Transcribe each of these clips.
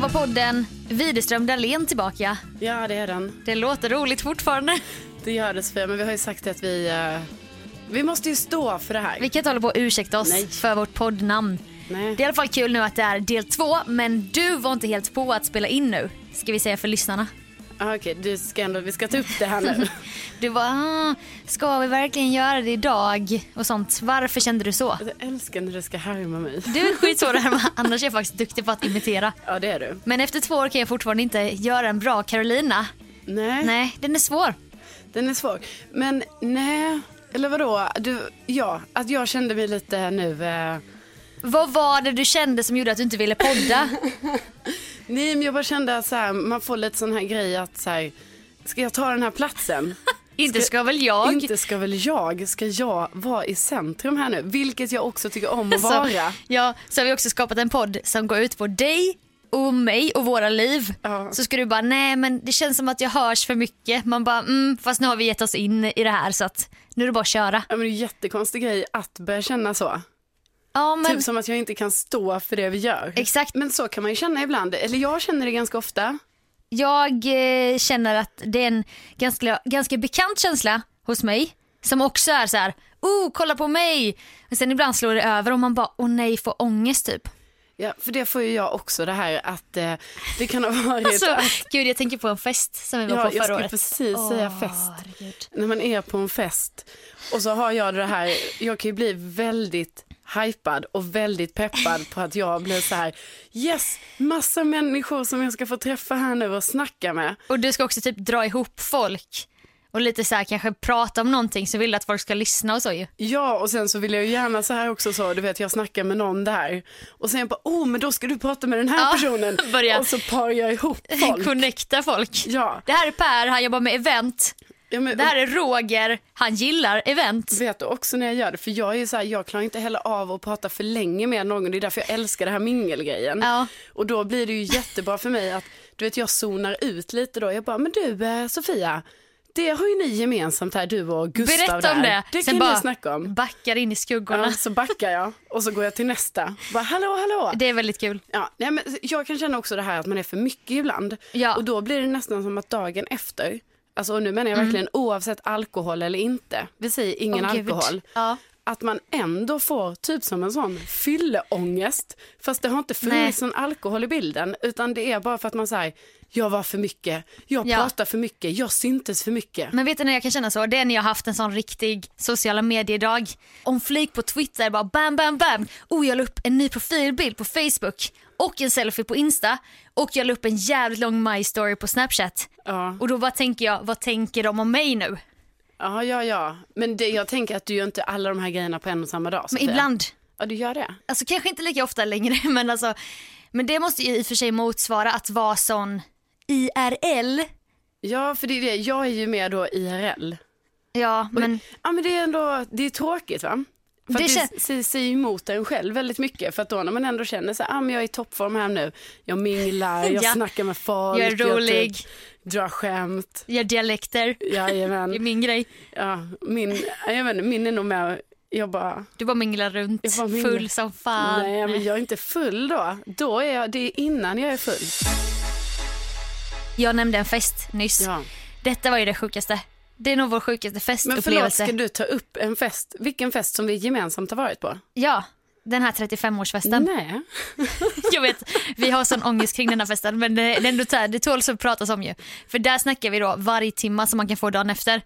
har podden Widerström Dahlén tillbaka. Ja, det är den. Det låter roligt fortfarande. Det gör det Sofia, men vi har ju sagt att vi... eh, vi måste ju stå för det här. Vi kan inte hålla på och ursäkta oss Nej. för vårt poddnamn. Nej. Det är i alla fall kul nu att det är del två, men du var inte helt på att spela in nu. Ska vi säga för lyssnarna. Ah, Okej, du ska ändå, vi ska ta upp det här nu. Du var, ah, ska vi verkligen göra det idag? Och sånt. Varför kände du så? jag älskar när du ska härma mig. Du är skitsvår att härma, annars är jag faktiskt duktig på att imitera. Ja, det är du. Men efter två år kan jag fortfarande inte göra en bra Carolina. Nej, Nej, den är svår. den är svår. Men nej, eller vadå? Du, ja, att jag kände mig lite nu... Eh, Vad var det du kände som gjorde att du inte ville podda? nej, men jag bara kände att så här, man får lite sån här grej att så här, ska jag ta den här platsen? inte ska väl jag? Inte ska väl jag, ska jag vara i centrum här nu? Vilket jag också tycker om att Så- vara. ja, så har vi också skapat en podd som går ut på dig och mig och våra liv. Ja. Så ska du bara, nej men det känns som att jag hörs för mycket. Man bara, mm, fast nu har vi gett oss in i det här så att nu är det bara att köra. Ja, men det är en jättekonstig grej att börja känna så. Ja men Typ som att jag inte kan stå för det vi gör. exakt, Men så kan man ju känna ibland. Eller jag känner det ganska ofta. jag eh, känner att det är en ganska, ganska bekant känsla hos mig. Som också är så här, oh kolla på mig. Men sen ibland slår det över och man bara, åh nej får ångest typ. Ja, för det får ju jag också det här att eh, det kan ha varit... Alltså, gud jag tänker på en fest som vi var på ja, jag förra skulle året. precis säga fest. Herregud. När man är på en fest och så har jag det här, jag kan ju bli väldigt hypad och väldigt peppad på att jag blir så här, yes, massa människor som jag ska få träffa här nu och snacka med. Och du ska också typ dra ihop folk och lite så här kanske prata om någonting så vill du att folk ska lyssna och så ju. Ja, och sen så vill jag ju gärna så här också så, du vet jag snackar med någon där och sen bara, oh men då ska du prata med den här Ja, personen börja. och så parar jag ihop folk. Connecta folk. Ja, Det här är Per, han jobbar med event. ja men, Det här är Roger, han gillar event. vet du också när jag gör det, för jag är ju så här, jag klarar inte heller av att prata för länge med någon, det är därför jag älskar det här mingelgrejen. Ja. Och då blir det ju jättebra för mig att, du vet jag zonar ut lite då, jag bara, men du eh, Sofia, det har ju ni gemensamt här, du och Gustav Berätta om där. det. Det Sen kan bara ni snacka om. Backar in i skuggorna. Ja, så backar jag och så går jag till nästa. Bara, hallå, hallå. Det är väldigt kul. Ja, nej, men jag kan känna också det här att man är för mycket ibland. Ja. Och då blir det nästan som att dagen efter, alltså och nu menar jag verkligen oavsett alkohol eller inte, vi säger ingen Mm. Åh, gud. alkohol, Ja. att man ändå får typ som en sån fylleångest, fast det har inte funnits någon alkohol i bilden, utan det är bara för att man säger jag var för mycket, jag Ja. pratade för mycket, jag syntes för mycket. Men vet du när jag kan känna så? Det är när jag har haft en sån riktig sociala mediedag. Om flik på Twitter bara bam, bam, bam. Och jag la upp en ny profilbild på Facebook och en selfie på Insta och jag la upp en jävligt lång My Story på Snapchat. Ja. Och då bara tänker jag, vad tänker de om mig nu? Ja, ja, ja. Men det, jag tänker att du gör inte alla de här grejerna på en och samma dag. Men Sofia. ibland, Ja, du gör det. alltså kanske inte lika ofta längre, men alltså. Men det måste ju i och för sig motsvara att vara sån IRL. Ja, för det är det. Jag är ju med då IRL. Ja, men Ja men det är ändå, det är tråkigt va? För Det att det kän- s- säger sig emot en själv väldigt mycket för att då när man ändå känner sig, ah, men jag är i toppform här nu, jag minglar, jag Ja. snackar med folk, jag är rolig, typ drar skämt, jag gör dialekter. Det är jajamän, min grej. ja, min, jag vet inte, min är nog med, jag bara, Du bara minglar runt, Jag bara minglar. full som fan. nej men jag är inte full då, då är jag, det är innan jag är full. Jag nämnde en fest nyss. Ja. Detta var ju det sjukaste. Det är nog vår sjukaste Men förlåt, festupplevelse. ska du ta upp en fest, vilken fest som vi gemensamt har varit på? Ja, den här 35-årsfesten. Nej. Jag vet, vi har sån ångest kring den här festen men det, det, är ändå så här, det tåls att pratas om ju. För där snackar vi då varje timma som man kan få dagen efter.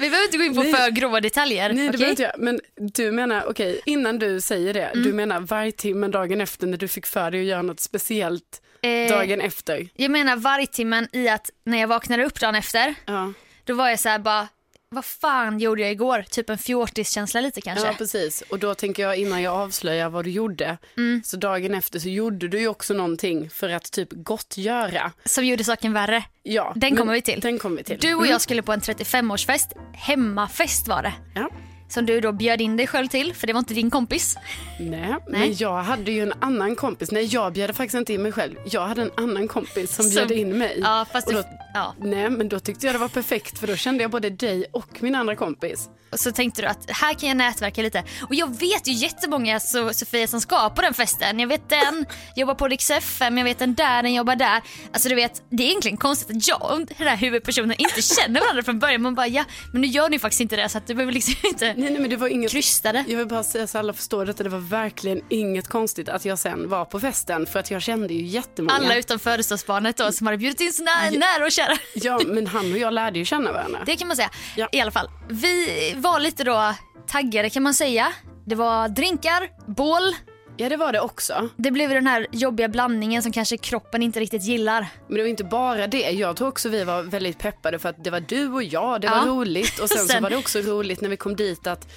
vi behöver inte gå in på Nej. för grova detaljer. Nej, det okej? behöver inte jag. Men du menar, okej, innan du säger det, Mm. du menar varje timme dagen efter när du fick för dig att göra något speciellt Eh, dagen efter? Jag menar varje timmen i att när jag vaknade upp dagen efter Ja, då var jag så här bara vad fan gjorde jag igår? Typ en fjortiskänsla lite kanske. ja, precis. Och då tänker jag innan jag avslöjar vad du gjorde, Mm. så dagen efter så gjorde du ju också någonting för att typ gottgöra. som gjorde saken värre. Ja, Den men kommer vi till. Den kommer vi till. Du och jag skulle på en 35-årsfest, hemmafest var det. Ja. Som du då bjöd in dig själv till, för det var inte din kompis. Nej, men jag hade ju en annan kompis. Nej, jag bjöd faktiskt inte in mig själv. Jag hade en annan kompis som Som- bjöd in mig. Ja, fast och du- då ja. Ja. Nej, men då tyckte jag det var perfekt för då kände jag både dig och min andra kompis. Och så tänkte du att här kan jag nätverka lite. Och jag vet ju jättemånga so- Sofia som ska på den festen. Jag vet den jobbar på Rix FM, jag vet den där, den jobbar där. Alltså du vet, det är egentligen konstigt att jag och den här huvudpersonen inte känner varandra från början. Man bara ja, men nu gör ni faktiskt inte det så att du behöver liksom inte Nej, nej, men det var inget... krysta det. Jag vill bara säga så alla förstår detta, det var verkligen inget konstigt att jag sen var på festen för att jag kände ju jättemånga. Alla utom födelsedagsbarnet då som hade bjudit in sina nära och kära. Ja, men han och jag lärde ju känna varandra. Det kan man säga. Ja. I alla fall. Vi var lite då taggade kan man säga. Det var drinkar, bål. Ja, det var det också. Det blev ju den här jobbiga blandningen som kanske kroppen inte riktigt gillar. Men det var inte bara det. Jag tror också vi var väldigt peppade för att det var du och jag, det var Ja. roligt. Och sen, så Sen- var det också roligt när vi kom dit att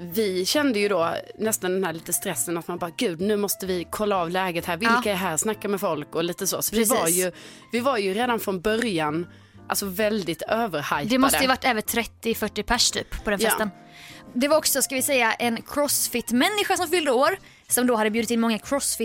vi kände ju då nästan den här lite stressen att man bara gud nu måste vi kolla av läget här, vilka Ja. är här, snacka med folk och lite så. Så vi Precis. var, ju, vi var ju redan från början alltså väldigt överhypade. Det måste ju varit över 30-40 pers typ på den Ja. festen. Det var också, ska vi säga, en crossfit-människa som fyllde år. Som då hade bjudit in många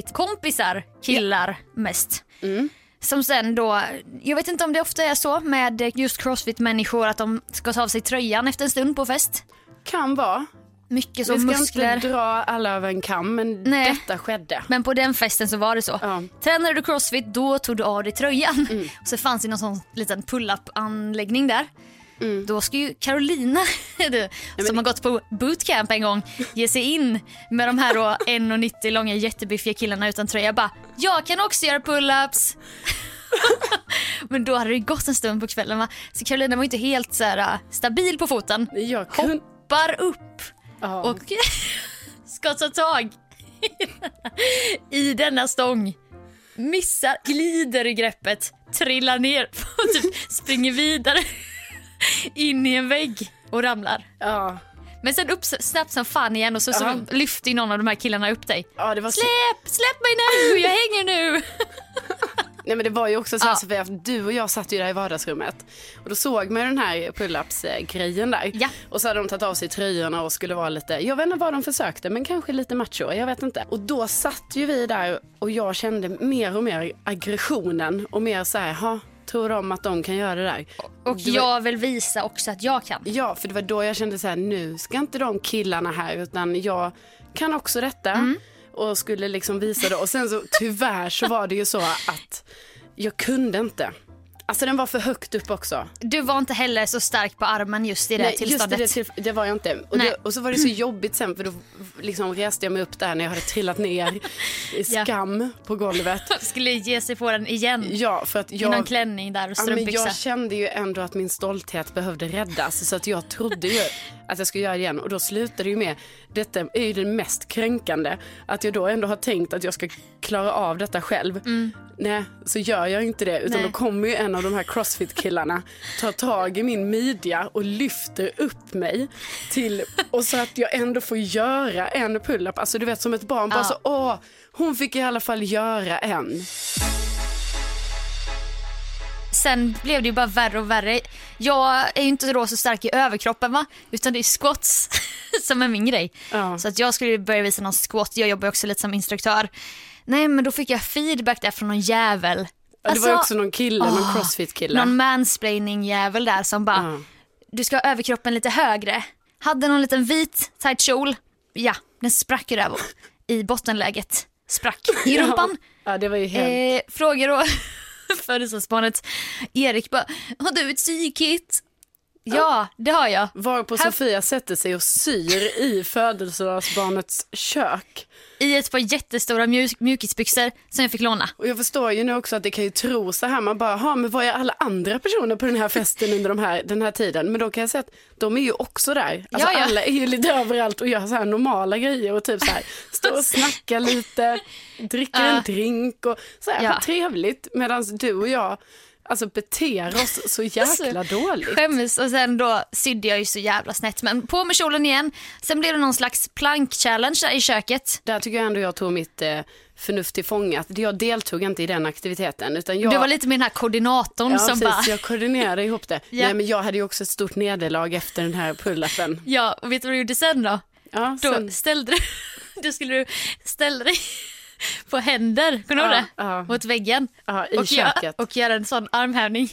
crossfit-kompisar, killar mest. Mm. Som sen då, jag vet inte om det ofta är så med just crossfit-människor att de ska ta av sig tröjan efter en stund på fest. Kan vara. Mycket Vi som ska muskler. inte dra alla över en kam men Nej. detta skedde. Men på den festen så var det så. Ja. Tränade du crossfit då tog du av dig tröjan. Och så fanns det någon sån liten pull-up anläggning där. Då ska ju Carolina, du, som har gått på bootcamp en gång, ge sig in med de här då 1,90 långa jättebiffiga killarna utan tröja. Bara, jag kan också göra pull-ups. Men då hade det gått en stund på kvällen va? Så Carolina var ju inte helt så här, äh, stabil på foten. Jag kunde... Hoppar upp Ja. och ska ta tag i denna stång. Missar, glider i greppet, trillar ner och typ springer vidare in i en vägg och ramlar. ja. Men sen upp snabbt som fan igen och så, Ja. så lyfter ju någon av de här killarna upp dig. ja, det var så... Släpp, släpp mig nu, jag hänger nu. Nej men det var ju också så här, Ja. Sofia, att du och jag satt ju där i vardagsrummet och då såg man ju den här pull-ups eh, grejen där. Ja. Och så hade de tagit av sig tröjorna och skulle vara lite, jag vet inte vad de försökte men kanske lite macho, jag vet inte. Och då satt ju vi där och jag kände mer och mer aggressionen och mer så här, ha, tror de att de kan göra det där? Och Det var- jag vill visa också att jag kan. Ja, för det var då jag kände så här, nu ska inte de killarna här utan jag kan också detta. Mm. Och skulle liksom visa det. Och sen så tyvärr så var det ju så att jag kunde inte. Alltså den var för högt upp också. Du var inte heller så stark på armen just i det Nej, just det, tillståndet. det, tillf- det var jag inte. Och, Nej. det, och så var det så jobbigt sen för då liksom reste jag mig upp där när jag hade trillat ner i Ja. skam på golvet. Skulle ge sig på den igen. Ja, för att I någon jag, klänning där och Ja, men strumpbyxa. jag kände ju ändå att min stolthet behövde räddas så att jag trodde ju att jag skulle göra det igen och då slutade det ju med, detta är ju det mest kränkande, att jag då ändå har tänkt att jag ska klara av detta själv. Nej, så gör jag inte det utan Mm. Nej. då kommer ju en av de här crossfit-killarna ta tag i min midja och lyfter upp mig till, och så att jag ändå får göra en pull-up, alltså du vet som ett barn bara Ja. så åh, hon fick i alla fall göra en. Sen blev det ju bara värre och värre. Jag är ju inte då så stark i överkroppen va, utan det är squats som är min grej. Ja. Så att jag skulle börja visa någon squat, jag jobbar ju också lite som instruktör. Nej men då fick jag feedback där från någon jävel. Alltså, Ja, det var ju också någon, någon kille, någon Åh, crossfit-kille. mansplaining jävel där som bara, Ja. du ska ha överkroppen lite högre. Hade någon liten vit tight kjol, ja den sprack ju där va, i bottenläget. Sprack i rumpan. Ja, det var ju helt... Eh, frågar då födelsedagsbarnet Erik bara, har du ett sykit? Ja, det har jag. Varpå här- Sofia sätter sig och syr i födelsedagsbarnets kök. I ett par jättestora mjuk- mjukisbyxor som jag fick låna. Och jag förstår ju nu också att det kan ju tro så här, man bara, "Ha, men var är alla andra personer på den här festen under de här, den här tiden? Men då kan jag säga att de är ju också där. Alltså, Ja, ja. Alla är ju lite överallt och gör så här normala grejer och typ så här, står och snackar lite, dricker en Ja. drink och så här, Ja. har trevligt. Medan du och jag, alltså beter oss så jäkla Alltså, dåligt. Skäms och sen då sydde jag ju så jävla snett. Men på med kjolen igen. Sen blev det någon slags plank-challenge där i köket. Där tycker jag ändå jag tog mitt eh, förnuft till fånga. Att Jag deltog inte i den aktiviteten. Utan jag, Du var lite med den här koordinatorn ja, som precis, bara... jag koordinerade ihop det. Ja. Nej, men jag hade ju också ett stort nederlag efter den här pull-upen. Ja, och vet du vad du gjorde sen då? Ja, Då sen, ställde du... Då skulle du ställa dig på händer, kommer du ihåg Ja, det? ja. Mot väggen. Ja, i och, köket. Göra, och göra en sån armhävning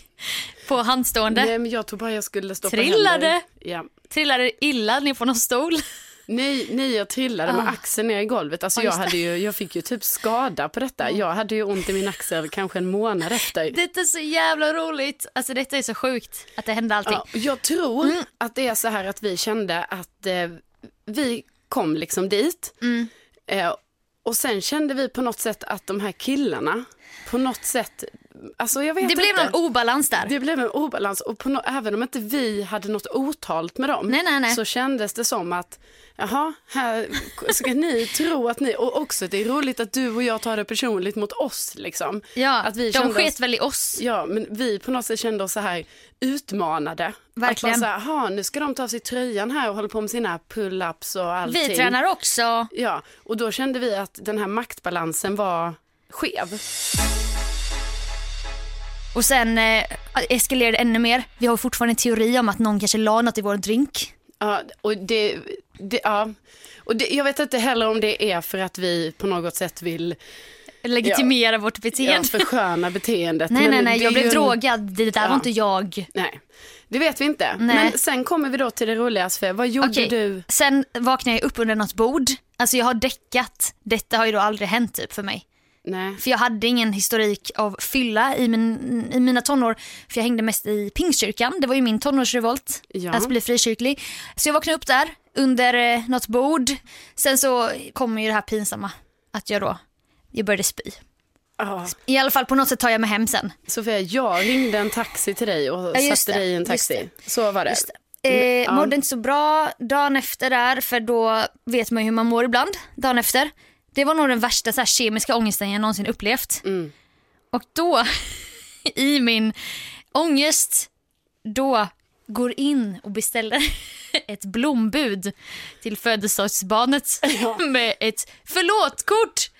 på handstående. Nej, men jag tror bara jag skulle stoppa Trillade. händer. Ja. Trillade illa ner på någon stol. Nej, nej, jag trillade med axeln ner i golvet. Alltså, Ah. Ja, just jag, det. hade ju, jag fick ju typ skada på detta. Jag hade ju ont i min axel kanske en månad efter. Detta är så jävla roligt. Alltså detta är så sjukt att det hände allting. Ja, jag tror Mm. att det är så här att vi kände att eh, vi kom liksom dit. Mm. Eh, och sen kände vi på något sätt att de här killarna, på något sätt, alltså jag vet det blev inte. någon obalans där. det blev en obalans och på nå- även om inte vi hade något otalt med dem Nej, nej, nej. så kändes det som att jaha, här ska ni tro att ni, och också det är roligt att du och jag tar det personligt mot oss liksom. ja, att vi de kände sket oss- väl i oss. Ja, men vi på något sätt kände oss så här utmanade. Verkligen. Att man så här, "Jaha, nu ska de ta av sig tröjan här och hålla på med sina pull-ups och allting. Vi tränar också. Ja, och då kände vi att den här maktbalansen var skev. Och sen eh, eskalerade det ännu mer. Vi har fortfarande en teori om att någon kanske la något i vår drink. Ja, och det, det ja. Och det, jag vet inte heller om det är för att vi på något sätt vill Legitimera vårt ja, beteende. försköna beteendet. nej, Men nej, nej, det jag är blev ju en- drogad. Det där Ja. var inte jag. Nej, det vet vi inte. Nej. Men sen kommer vi då till det roliga, Sofia. Vad gjorde Okej, du? Sen vaknade jag upp under något bord. Alltså jag har däckat. Detta har ju då aldrig hänt typ för mig. Nej. För jag hade ingen historik av fylla i, min, i mina tonår. För jag hängde mest i pingstkyrkan. Det var ju min tonårsrevolt. Ja. Att bli frikyrklig. Så jag vaknade upp där under eh, något bord. Sen så kommer ju det här pinsamma. Att jag då, jag började spy. Ja. I alla fall på något sätt tar jag mig hem sen. Sofia, jag ringde en taxi till dig och Ja, just satte det, dig i en just taxi. Så var det. Eh, Mm, ja. Mådde inte så bra dagen efter där för då vet man ju hur man mår ibland dagen efter. Det var nog den värsta så här, kemiska ångesten jag någonsin upplevt. Mm. Och då i min ångest då går in och beställer ett blombud till födelsedagsbarnet med ett förlåtkort.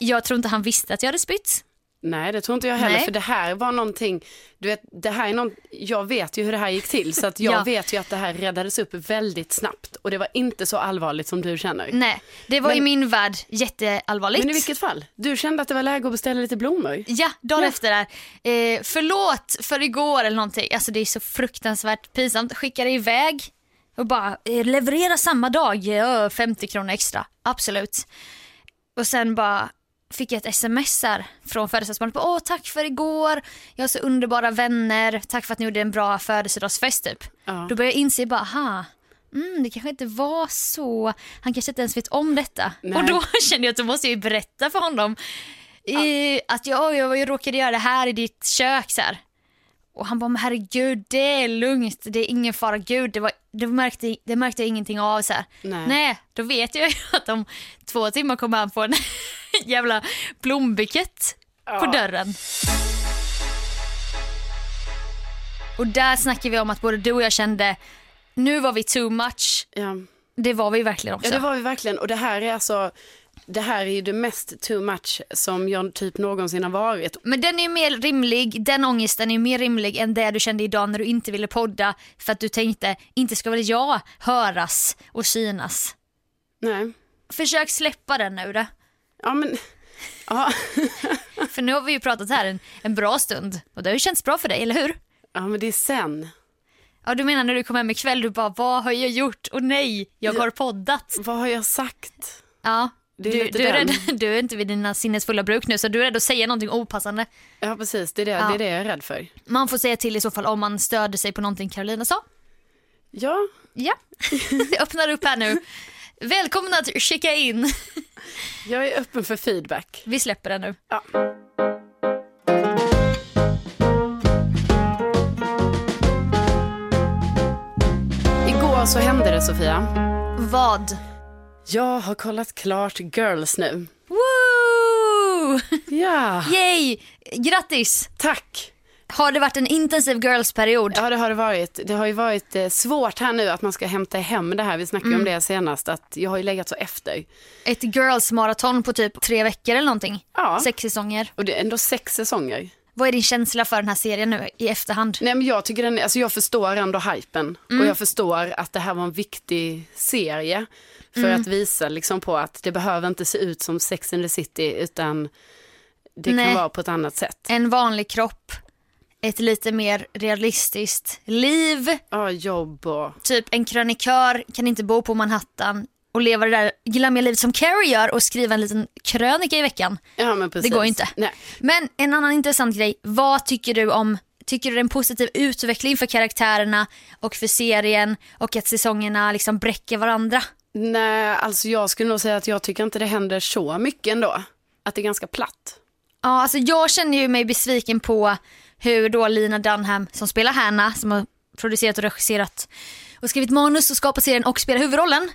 Jag tror inte han visste att jag hade spytt. Nej, det tror inte jag heller. Nej. För det här var någonting, du vet, det här är någon, jag vet ju hur det här gick till. Så att jag Ja. vet ju att det här räddades upp väldigt snabbt. Och det var inte så allvarligt som du känner. Nej, det var i Men- min värld jätteallvarligt. Men i vilket fall, du kände att det var läge att beställa lite blommor. Ja, dagen efter där. Eh, förlåt för igår eller någonting. Alltså det är så fruktansvärt pinsamt. Skickar iväg och bara eh, leverera samma dag, eh, 50 kronor extra. Absolut. Och sen bara fick jag ett sms här från födelsedagsbarnet. Bara, Åh, tack för igår. Jag har så underbara vänner. Tack för att ni gjorde en bra födelsedagsfest typ. Ja. Då började jag inse bara, aha. Mm, det kanske inte var så. Han kanske inte ens vet om detta. Nej. Och då kände jag att då måste jag ju berätta för honom. Eh, att jag, oj, jag, jag råkade göra det här i ditt kök. Så här. Och han bara, men herregud det är lugnt, det är ingen fara, gud det, var, det, märkte, det märkte jag ingenting av. Så här. Nej. Nej, då vet jag ju att om två timmar kommer han få en jävla blombukett på dörren. Och där snackar vi om att både du och jag kände, nu var vi too much. Ja. Det var vi verkligen också. Ja, det var vi verkligen. Och det här är alltså, det här är ju det mest too much som jag typ någonsin har varit. Men den är ju mer rimlig, den ångesten är ju mer rimlig än det du kände idag när du inte ville podda för att du tänkte, inte ska väl jag höras och synas. Nej. Försök släppa den nu då. Ja, men, ja. För nu har vi ju pratat här en, en bra stund och det har ju känts bra för dig, eller hur? ja men det är sen. Ja, du menar när du kom hem ikväll, du bara vad har jag gjort? Och nej, jag har poddat. Vad har jag sagt? Ja, Det du, är du, lite är den. rädd, du är inte vid dina sinnesfulla bruk nu så du är rädd att säga någonting opassande. Ja, precis. Det är det, Ja. det, är det jag är rädd för. Man får säga till i så fall om man stöder sig på någonting Carolina sa. Ja, Ja, jag öppnar upp här nu. Välkomna att checka in. jag är öppen för feedback. Vi släpper den nu. Ja. Igår så hände det, Sofia. Vad? Jag har kollat klart Girls nu. Woo! Ja, Yay! Grattis! tack. Har det varit en intensiv girls-period? Ja, det har det varit. Det har ju varit eh, svårt här nu att man ska hämta hem det här. Vi snackade ju om det senast, att jag har ju legat så efter. Ett girls-maraton på typ tre veckor eller någonting? Ja. Sex säsonger. Och det är ändå sex säsonger. Vad är din känsla för den här serien nu i efterhand? Nej, men jag, tycker den, alltså jag förstår ändå hypen Mm. och jag förstår att det här var en viktig serie för Mm. att visa liksom på att det behöver inte se ut som Sex and the City utan det Nej. kan vara på ett annat sätt. En vanlig kropp, ett lite mer realistiskt liv, Ja, jobb och... typ en krönikör kan inte bo på Manhattan och leva det där glammiga livet som Carrie gör och skriva en liten krönika i veckan. Ja, men precis. går ju inte. Nej. Men en annan intressant grej, vad tycker du om Tycker du det är en positiv utveckling för karaktärerna och för serien och att säsongerna liksom bräcker varandra? Nej, alltså jag skulle nog säga att jag tycker inte det händer så mycket ändå. Att det är ganska platt. Ja, alltså jag känner ju mig besviken på hur då Lina Dunham som spelar Hanna, som har producerat och regisserat och skrivit manus och skapat serien och spelar huvudrollen,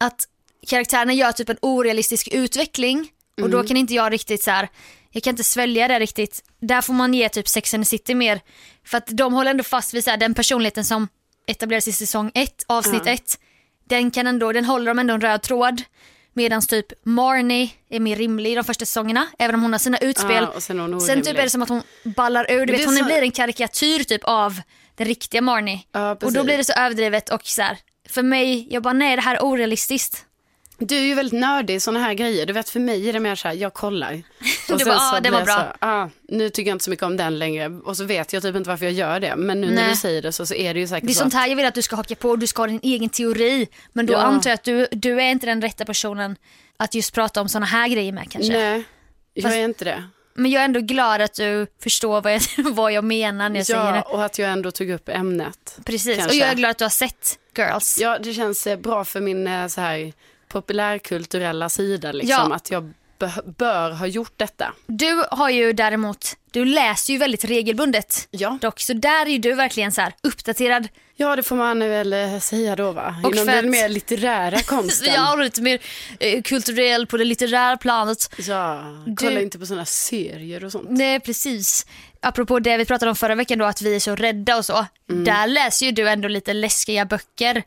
att karaktärerna gör typ en orealistisk utveckling och då kan inte jag riktigt så här. jag kan inte svälja det riktigt. Där får man ge typ Sex and the City mer, för att de håller ändå fast vid så här, den personligheten som etableras i säsong 1, avsnitt 1. Den kan ändå, den håller de ändå en röd tråd. Medan typ Marnie är mer rimlig i de första säsongerna, även om hon har sina utspel. Ja, och sen är hon Sen typ orimlig. är det som att hon ballar ur. Du det vet, är hon så- blir en karikatyr typ av den riktiga Marnie. Ja, och då precis. blir det så överdrivet och så här, för mig, jag bara nej det här är orealistiskt. Du är ju väldigt nördig i sådana här grejer. Du vet, för mig är det mer så här, jag kollar. Du Och sen bara, "Ah, så det blir var jag bra." Så, ah, nu tycker jag inte så mycket om den längre. Och så vet jag typ inte varför jag gör det. Men nu när Nej. du säger det så, så är det ju säkert Det är så. sånt här jag vill att du ska haka på, du ska ha din egen teori. Men då Ja. antar jag att du, du är inte den rätta personen att just prata om sådana här grejer med kanske. Nej, jag Fast- är inte det. Men jag är ändå glad att du förstår vad jag, vad jag menar när jag säger Ja, det. och att jag ändå tog upp ämnet. Precis, och kanske. jag är glad att du har sett Girls. Ja, det känns eh, bra för min eh, så här populärkulturella sida liksom. Ja. Att jag beh- bör ha gjort detta. Du har ju däremot, du läser ju väldigt regelbundet. Ja. Dock, så där är ju du verkligen så här uppdaterad. Ja, det får man väl eh, säga då va? Och Inom för den att- mer litterära konsten. Jag har lite mer eh, kulturell på det litterära planet. Ja, kolla inte på sådana serier och sånt. Nej precis. Apropå det vi pratade om förra veckan då att vi är så rädda och så. Där läser ju du ändå lite läskiga böcker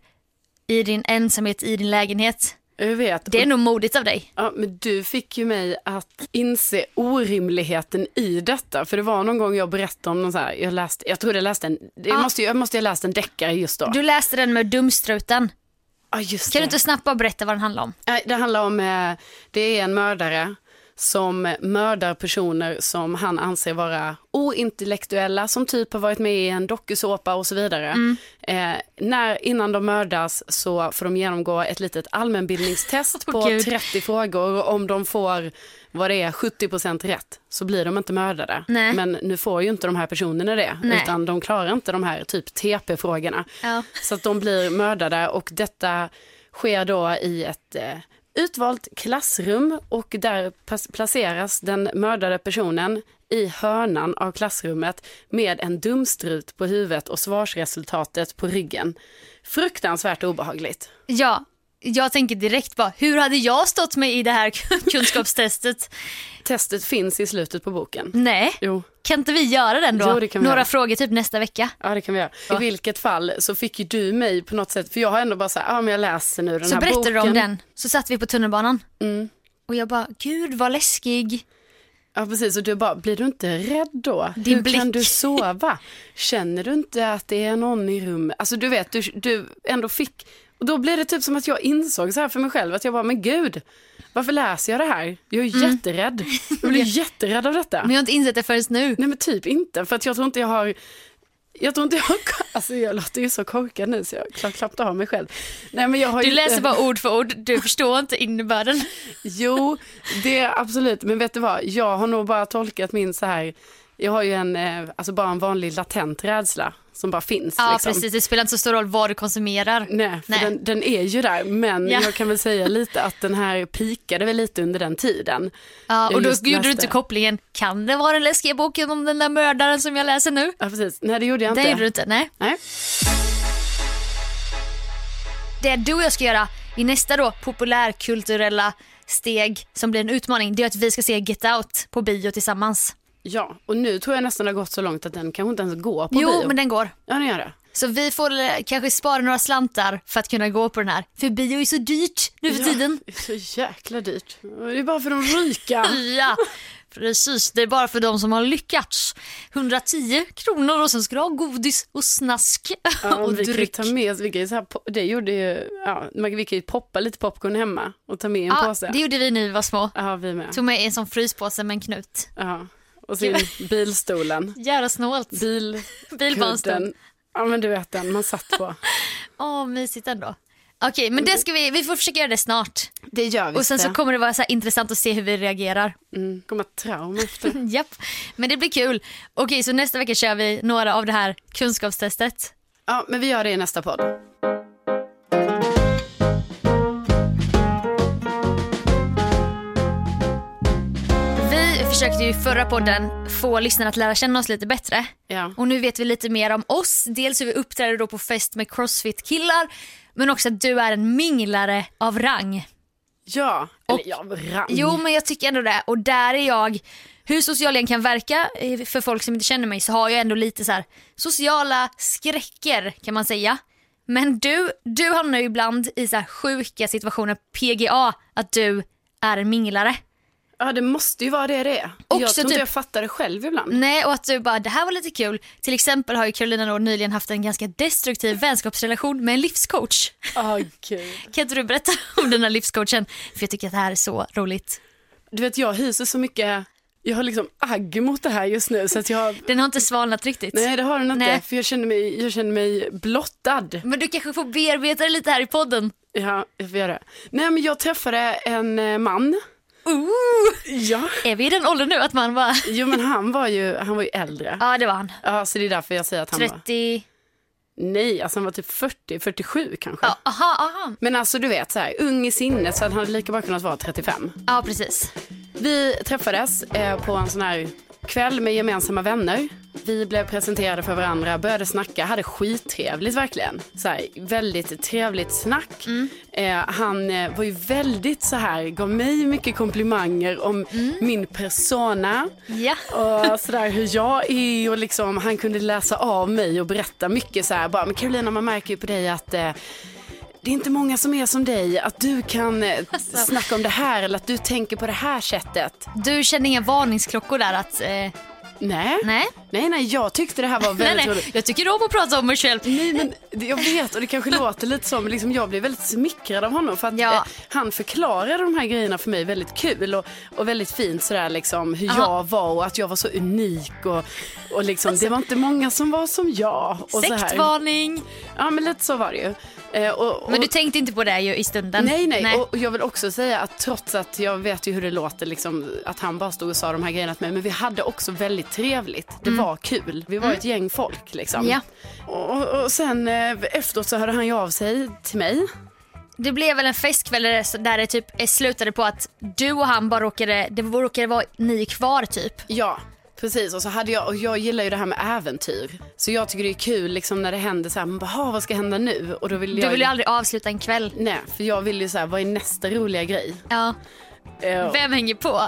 i din ensamhet i din lägenhet. Jag vet. Det är nog modigt av dig. Ja, men du fick ju mig att inse orimligheten i detta. För det var någon gång jag berättade om någon så här, jag läste, jag tror jag läste en, jag, Ah. måste, ju- jag måste ju ha läst en deckare just då. Du läste den med Dumstruten. ja, just Kan du det. inte snabbt bara berätta vad den handlar om? Nej, Det handlar om, eh, det är en mördare som mördar personer som han anser vara ointellektuella, som typ har varit med i en dokusåpa och så vidare. Mm. Eh, när, innan de mördas så får de genomgå ett litet allmänbildningstest Åh, på Gud. 30 frågor och om de får vad det är, 70 rätt så blir de inte mördade. Nej. Men nu får ju inte de här personerna det, Nej. utan de klarar inte de här typ TP-frågorna. Ja. Så att de blir mördade och detta sker då i ett eh, utvalt klassrum och där pas- placeras den mördade personen i hörnan av klassrummet med en dumstrut på huvudet och svarsresultatet på ryggen. Fruktansvärt obehagligt. Ja, jag tänker direkt bara hur hade jag stått mig i det här kunskapstestet? Testet finns i slutet på boken. Nej. Jo, Kan inte vi göra den då? Jo, det kan vi Några göra. frågor typ nästa vecka. ja det kan vi göra. I vilket fall så fick ju du mig på något sätt, för jag har ändå bara så här, ja men jag läser nu den Så här berättade boken. Mm. du om den, så satt vi på tunnelbanan. Och jag bara, gud vad läskig. Ja precis och du bara, blir du inte rädd då? Din Hur kan blick. du sova? Känner du inte att det är någon i rummet? Alltså du vet, du, du ändå fick, och då blir det typ som att jag insåg så här för mig själv att jag bara, men gud, varför läser jag det här? Jag är jätterädd, jag blir jätterädd av detta. Mm. Men jag har inte insett det förrän nu. Nej men typ inte, för att jag tror inte jag har jag tror inte jag har, alltså jag låter ju så korkad nu så jag klapp, klappte av mig själv. Nej, men jag har Du ju inte- läser bara ord för ord, du förstår inte innebörden. Jo, det är absolut. Men vet du vad, jag har nog bara tolkat min så här, jag har ju en, eh, alltså bara en vanlig latent rädsla som bara finns. Ja liksom. Mm. precis, det spelar inte så stor roll vad du konsumerar. Nej, för Nej. Den, den är ju där, men Ja. jag kan väl säga lite att den här pikade väl lite under den tiden. Ja, Jag och då just gjorde du läste. inte kopplingen, kan det vara den läskiga boken om den där mördaren som jag läser nu? Ja, precis. Nej, det gjorde jag Det inte. gjorde du inte, nej. Nej. Det du och jag ska göra i nästa då populärkulturella steg som blir en utmaning, det är att vi ska se Get Out på bio tillsammans. Ja, och nu tror jag nästan det har gått så långt att den kanske inte ens går på jo, bio. men den går. Ja, den gör det. Så vi får eh, kanske spara några slantar för att kunna gå på den här. För bio är så dyrt nu för tiden. Ja, det är så jäkla dyrt. Det är bara för de rika. Ja. Precis, det är bara för de som har lyckats. 110 kronor och sen ska du ha godis och snask Ja, och och vi kan ju dryck. ta med oss, vi kan ju så här, po- det gjorde ju, ja, man, vi kan ju poppa lite popcorn hemma och ta med en Ja, påse. det gjorde vi när vi var små. Ja, vi med. Tog med en sån fryspåse med en knut. Ja. Och sen bilstolen, Jävla snålt. bil, Bilbarnstol. kudden. Ja men du vet den man satt på. Åh, mysigt ändå. Okej, men Mm. det ska vi, vi får försöka göra det snart. Det gör vi Och sen så kommer det vara så här intressant att se hur vi reagerar. mm, komma trauma efter. Japp, men det blir kul. Okej, så nästa vecka kör vi några av det här kunskapstestet. Ja men vi gör det i nästa podd. Vi försökte ju i förra podden få lyssnarna att lära känna oss lite bättre. Ja. Och nu vet vi lite mer om oss. Dels hur vi uppträder då på fest med crossfit-killar. Men också att du är en minglare av rang. Ja, Och- eller ja, rang. Jo men jag tycker ändå det. Och där är jag, hur social jag än kan verka eh, för folk som inte känner mig så har jag ändå lite så här sociala skräcker kan man säga. Men du, du hamnar ju ibland i så här sjuka situationer, PGA, att du är en minglare. Ja det måste ju vara det det är. Jag Också tror inte typ- Mm. jag fattar det själv ibland. Nej och att du bara, det här var lite kul. Till exempel har ju Carolina då nyligen haft en ganska destruktiv vänskapsrelation med en livscoach. Åh gud. Kan inte du berätta om den här livscoachen? För jag tycker att det här är så roligt. Du vet jag hyser så mycket, jag har liksom agg mot det här just nu så att jag, Den har inte svalnat riktigt. nej det har den inte Nej. för jag känner mig, jag känner mig blottad. Men du kanske får bearbeta det lite här i podden. Ja, jag får göra det. Nej men jag träffade en eh, man. Ooh. Ja. Är vi i den åldern nu att man bara... Jo men han var ju, han var ju äldre. Ja det var han. Ja så det är därför jag säger att han var, 30... nej alltså han var typ 40, 47 kanske. Ja, aha, aha. Men alltså du vet så här, ung i sinnet så han hade lika bra kunnat vara 35. Ja precis. Vi träffades eh, på en sån här kväll med gemensamma vänner. Vi blev presenterade för varandra, började snacka, hade skittrevligt verkligen. Så här, väldigt trevligt snack. Eh, han eh, var ju väldigt så här, gav mig mycket komplimanger om min persona. Ja. Och sådär hur jag är och liksom han kunde läsa av mig och berätta mycket så här bara men Carolina man märker ju på dig att eh, det är inte många som är som dig att du kan eh, snacka om det här eller att du tänker på det här sättet. Du kände inga varningsklockor där att... Eh, Nej, nej. nej, nej jag tyckte det här var Nej, väldigt nej. roligt. Jag tycker om att prata om mig själv. Nej men det- jag vet och det kanske låter lite så men liksom jag blev väldigt smickrad av honom för att Ja. eh, han förklarade de här grejerna för mig väldigt kul och, och väldigt fint sådär liksom hur Aha. jag var och att jag var så unik och, och liksom Alltså- det var inte många som var som jag. Och så här. Sektvarning. Ja men lite så var det ju. Eh, och, och, Men du tänkte inte på det ju i stunden. Nej, nej. Och och jag vill också säga att trots att jag vet ju hur det låter, liksom, att han bara stod och sa de här grejerna till mig, men vi hade också väldigt trevligt. Det var kul. Vi var ett gäng folk liksom. Mm. Ja. Och, och- och sen eh, efteråt så hörde han ju av sig till mig. Det blev väl en festkväll där det- där det typ slutade på att du och han bara råkade, det råkade vara ni kvar typ. Ja, precis. Och, så hade jag, och jag gillar ju det här med äventyr. Så jag tycker det är kul liksom, när det händer så här, man bara, "Ha, vad ska hända nu? Och då vill Du jag vill ju aldrig avsluta en kväll. Nej, för jag vill ju så här, vad är nästa roliga grej? Ja. Eh, Vem hänger på?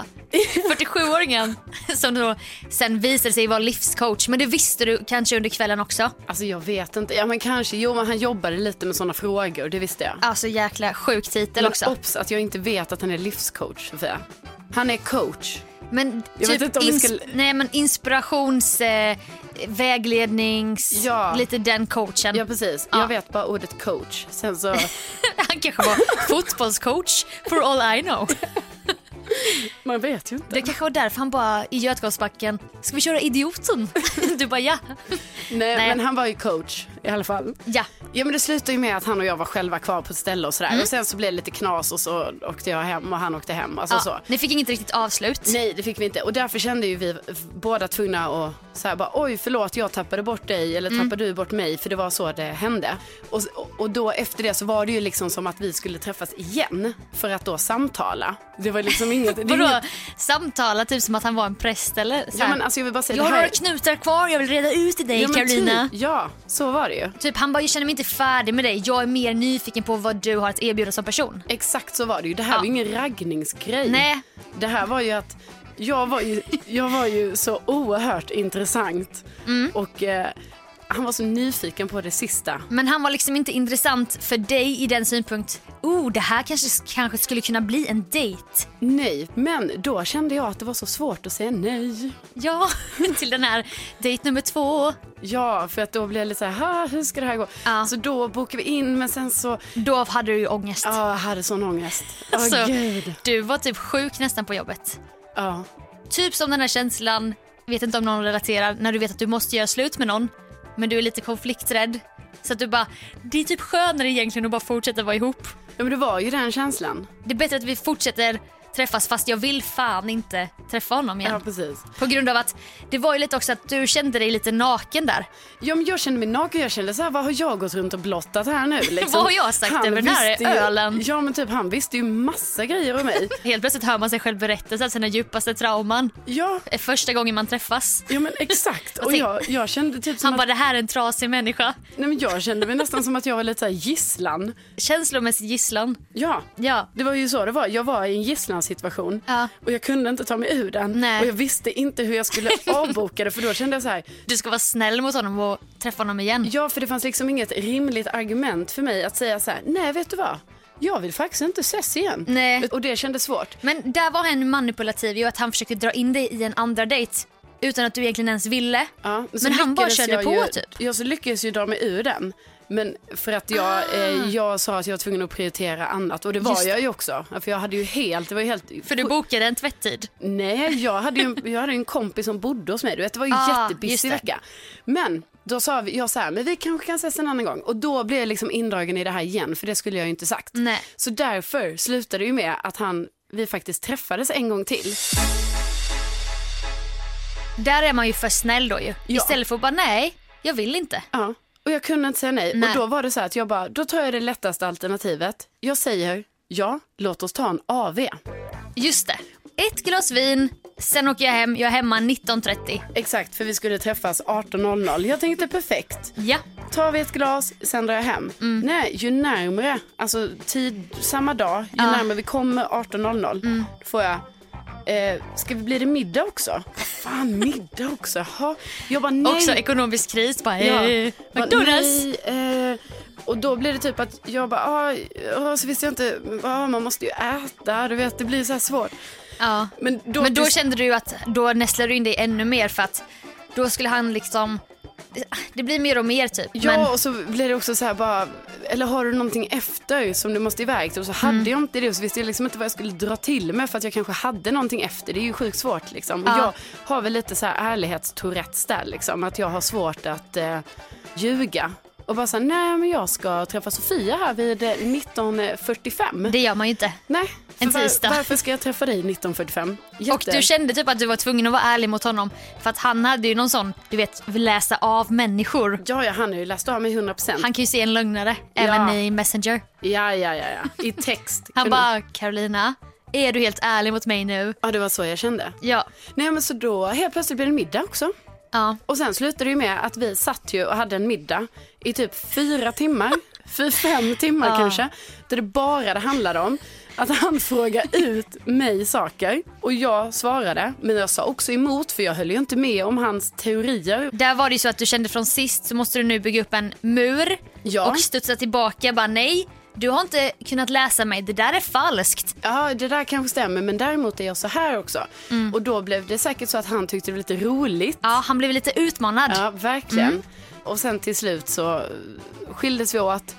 47-åringen som då sen visade sig vara livscoach. Men det visste du kanske under kvällen också. Alltså jag vet inte. Ja men kanske, jo men han jobbade lite med sådana frågor, det visste jag. Alltså jäkla sjuk titel Men också. obs att jag inte vet att han är livscoach Sofia. Han är coach. Men Jag typ vet inte om vi ins- skulle- nej, men inspirations, eh, väglednings, Ja. lite den coachen. Ja precis, Mm. Ja. jag vet bara ordet coach. Sen så, Han kanske var fotbollscoach for all I know. man vet ju inte. Det kanske var därför han bara i Götgatsbacken, ska vi köra idioten? Du bara ja. Nej, Nej. men han var ju coach i alla fall. Ja, Ja men det slutade ju med att han och jag var själva kvar på ett ställe och sådär. Och sen så blev det lite knas och så åkte jag hem och han åkte hem. Alltså så. ja. ni fick inget riktigt avslut. Nej det fick vi inte och därför kände ju vi båda tvungna att så här bara oj förlåt jag tappade bort dig eller Mm. tappade du bort mig för det var så det hände. Och, och då efter det så var det ju liksom som att vi skulle träffas igen för att då samtala. Det var liksom inget. det är Vadå? inget- Samtala typ som att han var en präst eller? Så Ja här. men alltså jag vill bara säga Jag har det några här. knutar kvar, jag vill reda ut i dig Ja, men Carolina. Typ. Typ, ja så var det ju. han bara, jag känner mig inte färdig med dig. Jag är mer nyfiken på vad du har att erbjuda som person. Exakt så var det ju. Det här Ja. var ju ingen raggningsgrej. Nej. Det här var ju att Mm. jag var ju, jag var ju så oerhört intressant. Och eh, han var så nyfiken på det sista. Men han var liksom inte intressant för dig i den synpunkt, oh det här kanske, kanske skulle kunna bli en dejt. Nej, men då kände jag att det var så svårt att säga nej. Ja, till den här dejt nummer två. Ja, för att då blev jag lite så här, "Ha, hur ska det här gå? Ja. Så då bokade vi in, men sen så, Då hade du ju ångest. ja, jag hade sån ångest. Åh Alltså. gud. Du var typ sjuk nästan på jobbet. Ja. Typ som den här känslan, vet inte om någon relaterar, när du vet att du måste göra slut med någon men du är lite konflikträdd. Så att du bara, det är typ skönare egentligen att bara fortsätta vara ihop. ja, men det var ju den känslan. Det är bättre att vi fortsätter träffas fast jag vill fan inte träffa honom igen. Ja, precis. På grund av att det var ju lite också att du kände dig lite naken där. Ja, men jag kände mig naken. Jag kände så här, vad har jag gått runt och blottat här nu? Liksom. Vad har jag sagt över den här visste ju- ölen? Ja, men typ han visste ju massa grejer om mig. Helt plötsligt hör man sig själv berätta sina djupaste trauman. ja, är första gången man träffas. ja, men exakt. Och tänk- jag, jag kände typ som Han att, bara, det här är en trasig människa. nej, men jag kände mig nästan som att jag var lite så här gisslan. Känslomässig gisslan. Ja. Ja. Det var ju så det var. Jag var i en gisslansituation Ja. och jag kunde inte ta mig ur den. Nej. Och jag visste inte hur jag skulle avboka det för då kände jag så här, Du ska vara snäll mot honom och träffa honom igen. ja för det fanns liksom inget rimligt argument för mig att säga så här, nej vet du vad, jag vill faktiskt inte ses igen. Nej. Och det kändes svårt. Men där var han manipulativ i att han försökte dra in dig i en andra dejt utan att du egentligen ens ville. Ja, så Men han bara lyckades körde jag på, ju, typ. Jag så lyckades ju dra mig ur den. Men för att jag, eh, jag sa att jag var tvungen att prioritera annat och det var Ah. Just det. jag ju också. För jag hade ju helt, det var ju helt... För du bokade en tvättid. Nej, jag hade ju en, jag hade ju en kompis som bodde hos mig. Du vet, det var ju Ah, just det. jättebusy vecka. Men då sa vi, jag så här, men vi kanske kan ses en annan gång. Och då blev jag liksom indragen i det här igen, för det skulle jag ju inte sagt. Nej. Så därför slutade det ju med att han, vi faktiskt träffades en gång till. Där är man ju för snäll då ju. Ja. Istället för att bara, nej, jag vill inte. Ja. Och jag kunde inte säga nej. Nej. Och då var det så här att jag bara, då tar jag det lättaste alternativet. Jag säger, ja, låt oss ta en AV. Just det. Ett glas vin, sen åker jag hem. Jag är hemma 19.30. Exakt, för vi skulle träffas 18.00. Jag tänkte perfekt. Ja. Tar vi ett glas, sen drar jag hem. Mm. Nej, ju närmre, alltså tid, samma dag, ju närmare vi kommer 18.00, Mm. då får jag Eh, ska vi bli det middag också? Vad Fan middag också, jaha. Jag bara nej. Också ekonomisk kris. Bara, Ja. eh, Bara, McDonalds. nej, eh, och då blir det typ att jag bara, ah, ah, så visste jag inte, ah, man måste ju äta, du vet det blir så här svårt. Ja. Men då, Men då till- kände du ju att då nästlade du in dig ännu mer för att då skulle han liksom... Det blir mer och mer typ. Ja, Men och så blir det också så här bara, eller har du någonting efter som du måste iväg till? Och så hade Mm. jag inte det och så visste jag liksom inte vad jag skulle dra till med för att jag kanske hade någonting efter. Det är ju sjukt svårt liksom. Och Ja. jag har väl lite så här ärlighetstourettes där liksom, att jag har svårt att eh, ljuga. Och bara såhär, nej men jag ska träffa Sofia här vid eh, 19.45. det gör man ju inte. Nej, för En var- tisdag. varför ska jag träffa dig 19.45? Jätte... Och du kände typ att du var tvungen att vara ärlig mot honom för att han hade ju någon sån, du vet, läsa av människor. Ja, ja, han har ju läst av mig 100%. Han kan ju se en lögnare, även Ja. i Messenger. Ja, ja, ja, ja. I text. Han kunde- bara, Carolina, är du helt ärlig mot mig nu? Ja, det var så jag kände. Ja. Nej, men så då helt plötsligt blev det middag också. Ja. Och sen slutade det ju med att vi satt ju och hade en middag i typ fyra timmar, fyra, fem timmar Ja. kanske, där det bara det handlade om att han frågade ut mig saker och jag svarade, men jag sa också emot för jag höll ju inte med om hans teorier. Där var det ju så att du kände från sist så måste du nu bygga upp en mur Ja. och studsa tillbaka. Bara nej, du har inte kunnat läsa mig. Det där är falskt. Ja, det där kanske stämmer, men däremot är jag så här också. Och då blev det säkert så att han tyckte det var lite roligt. Ja, han blev lite utmanad. Ja, verkligen. Och sen till slut så skildes vi åt.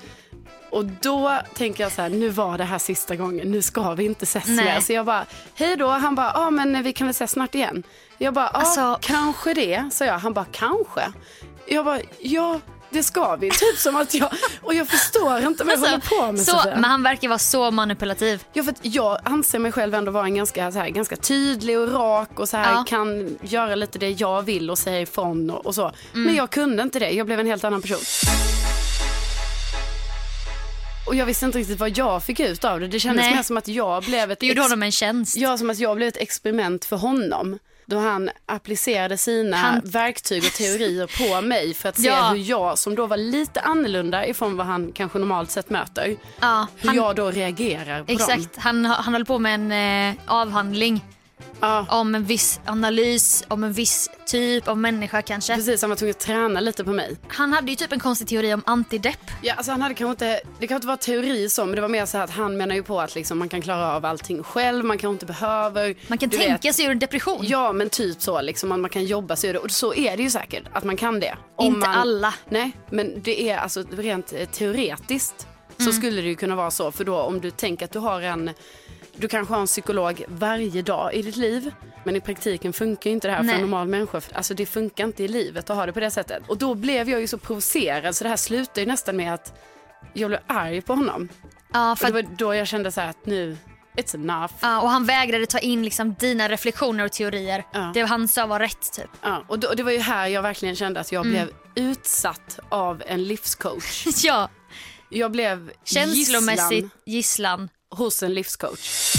Och då tänker jag så här, nu var det här sista gången, nu ska vi inte ses Nej. mer. Så jag bara, hej då. Han bara, ja men vi kan väl ses snart igen. Jag bara, ja Alltså- kanske det, sa jag. Han bara, kanske. Jag bara, ja det ska vi. Typ som att jag, och jag förstår inte vad jag håller på med Alltså, så, Sofia. men han verkar vara så manipulativ. Ja, för att jag anser mig själv ändå vara en ganska, så här, ganska tydlig och rak och så här, Ja. kan göra lite det jag vill och säga ifrån och, och så. Mm. Men jag kunde inte det, jag blev en helt annan person. Och jag visste inte riktigt vad jag fick ut av det. Det kändes Nej. mer som att jag blev ett Du gjorde ex- honom en tjänst. Ja, som att jag blev ett experiment för honom. Då han applicerade sina Han- verktyg och teorier på mig för att se Ja. hur jag, som då var lite annorlunda ifrån vad han kanske normalt sett möter, Ja, hur han- jag då reagerar på dem. Exakt, han, han höll på med en eh, avhandling Ja. om en viss analys, om en viss typ av människa kanske. Precis, han var tvungen att träna lite på mig. Han hade ju typ en konstig teori om antidepp. Ja, alltså han hade kanske inte, det kanske inte var teori så, men det var mer så här att han menar ju på att liksom man kan klara av allting själv, man kanske inte behöver. Man kan du tänka vet. sig ur en depression. Ja, men typ så liksom, att man kan jobba sig ur det. Och så är det ju säkert, att man kan det. Inte man, alla. Nej, men det är alltså rent eh, teoretiskt så Mm. skulle det ju kunna vara så. För då om du tänker att du har en, du kanske har en psykolog varje dag i ditt liv. Men i praktiken funkar ju inte det här för Nej. en normal människa. Alltså det funkar inte i livet att ha det på det sättet. Och då blev jag ju så provocerad så det här slutar ju nästan med att jag blev arg på honom. Ja, För för det att, var då jag kände så här att nu, it's enough. ja, och han vägrade ta in liksom dina reflektioner och teorier. Ja. Det han sa var rätt typ. Ja, och, då, och det var ju här jag verkligen kände att Mm. jag blev utsatt av en livscoach. ja, Jag blev känslomässigt gisslan gisslan. hos en livscoach.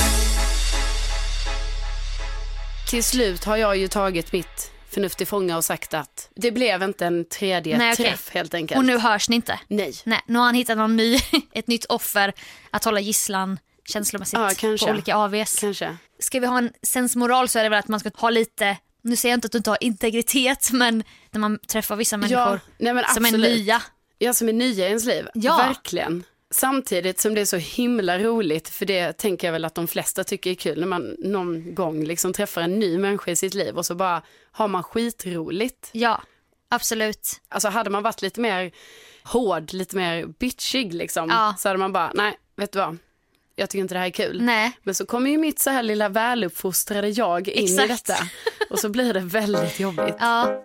Till slut har jag ju tagit mitt förnuft till fånga och sagt att det blev inte en tredje Nej, okej. träff helt enkelt. Och nu hörs ni inte. Nej. Nej, nu har han hittat någon ny, ett nytt offer att hålla gisslan känslomässigt Ja, kanske. på olika AVs. Kanske. Ska vi ha en sensmoral så är det väl att man ska ha lite, nu säger jag inte att du inte har integritet, men när man träffar vissa människor nej men som är absolut. nya. Ja, som är nya i ens liv. Ja. Verkligen. Samtidigt som det är så himla roligt, för det tänker jag väl att de flesta tycker är kul när man någon gång liksom träffar en ny människa i sitt liv och så bara har man skitroligt. Ja, absolut. Alltså hade man varit lite mer hård, lite mer bitchig liksom, Ja. så hade man bara, nej, vet du vad, jag tycker inte det här är kul. Nej. Men så kommer ju mitt så här lilla väluppfostrade jag in i Exakt. detta och så blir det väldigt jobbigt. Ja.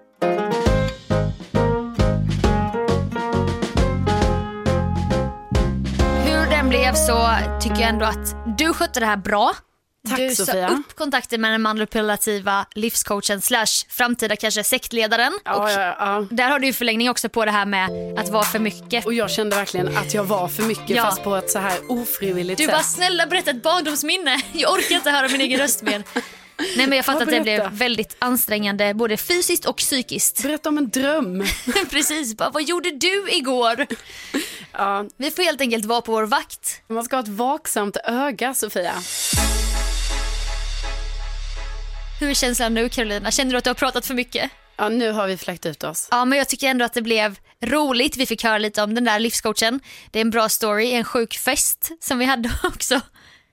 Hur den blev så tycker jag ändå att du skötte det här bra. Tack, du Sofia. sa upp kontakten med den manipulativa livscoachen slash framtida kanske sektledaren. Ja, och ja, ja. Där har du ju förlängning också på det här med att vara för mycket. Och jag kände verkligen att jag var för mycket Ja. fast på ett så här ofrivilligt Du sätt. bara snälla berätta ett barndomsminne. Jag orkar inte höra min egen röst mer. Nej men jag fattar Ja, att det blev berätta. väldigt ansträngande både fysiskt och psykiskt. Berätta om en dröm. Precis, bara, vad gjorde du igår? Ja, Vi får helt enkelt vara på vår vakt. man ska ha ett vaksamt öga, Sofia. Hur är känslan nu Carolina? Känner du att du har pratat för mycket? Ja, nu har vi fläkt ut oss. Ja men jag tycker ändå att det blev roligt. Vi fick höra lite om den där livscoachen. Det är en bra story, en sjuk fest som vi hade också.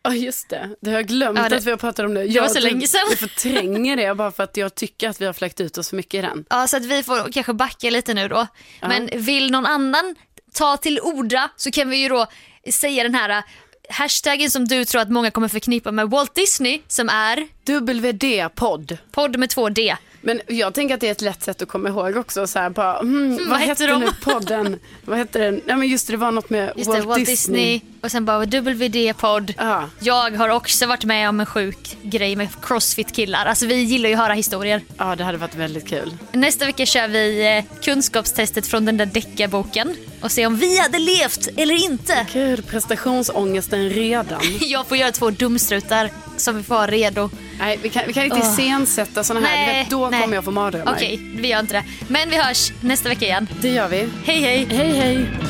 Ja, just det. Det har jag glömt Ja, det- att vi har pratat om det. Det var så länge sedan. Jag förtränger det bara för att jag tycker att vi har fläkt ut oss för mycket i den. Ja, så att vi får kanske backa lite nu då. Men vill någon annan ta till orda så kan vi ju då säga den här eh, hashtaggen som du tror att många kommer förknippa med Walt Disney som är WD-podd. podd med två D. Men jag tänker att det är ett lätt sätt att komma ihåg också. Så här, bara, mm, vad, vad hette heter de? nu podden? vad hette den? Nej, men just det, det var något med Just Walt, det, Walt Disney. och sen bara WD-podd. Ja. Jag har också varit med om en sjuk grej med crossfit-killar. Alltså vi gillar ju att höra historier. Ja, det hade varit väldigt kul. Nästa vecka kör vi eh, kunskapstestet från den där deckarboken och se om vi hade levt eller inte. Gud, prestationsångesten redan. Jag får göra två dumstrutar som vi får ha redo. Nej, vi kan, vi kan inte Åh. iscensätta sådana här. Du Nej, vet, då nej. kommer jag få mardrömmar. Okej, vi gör inte det. Men vi hörs nästa vecka igen. Det gör vi. Hej hej! Hej, hej.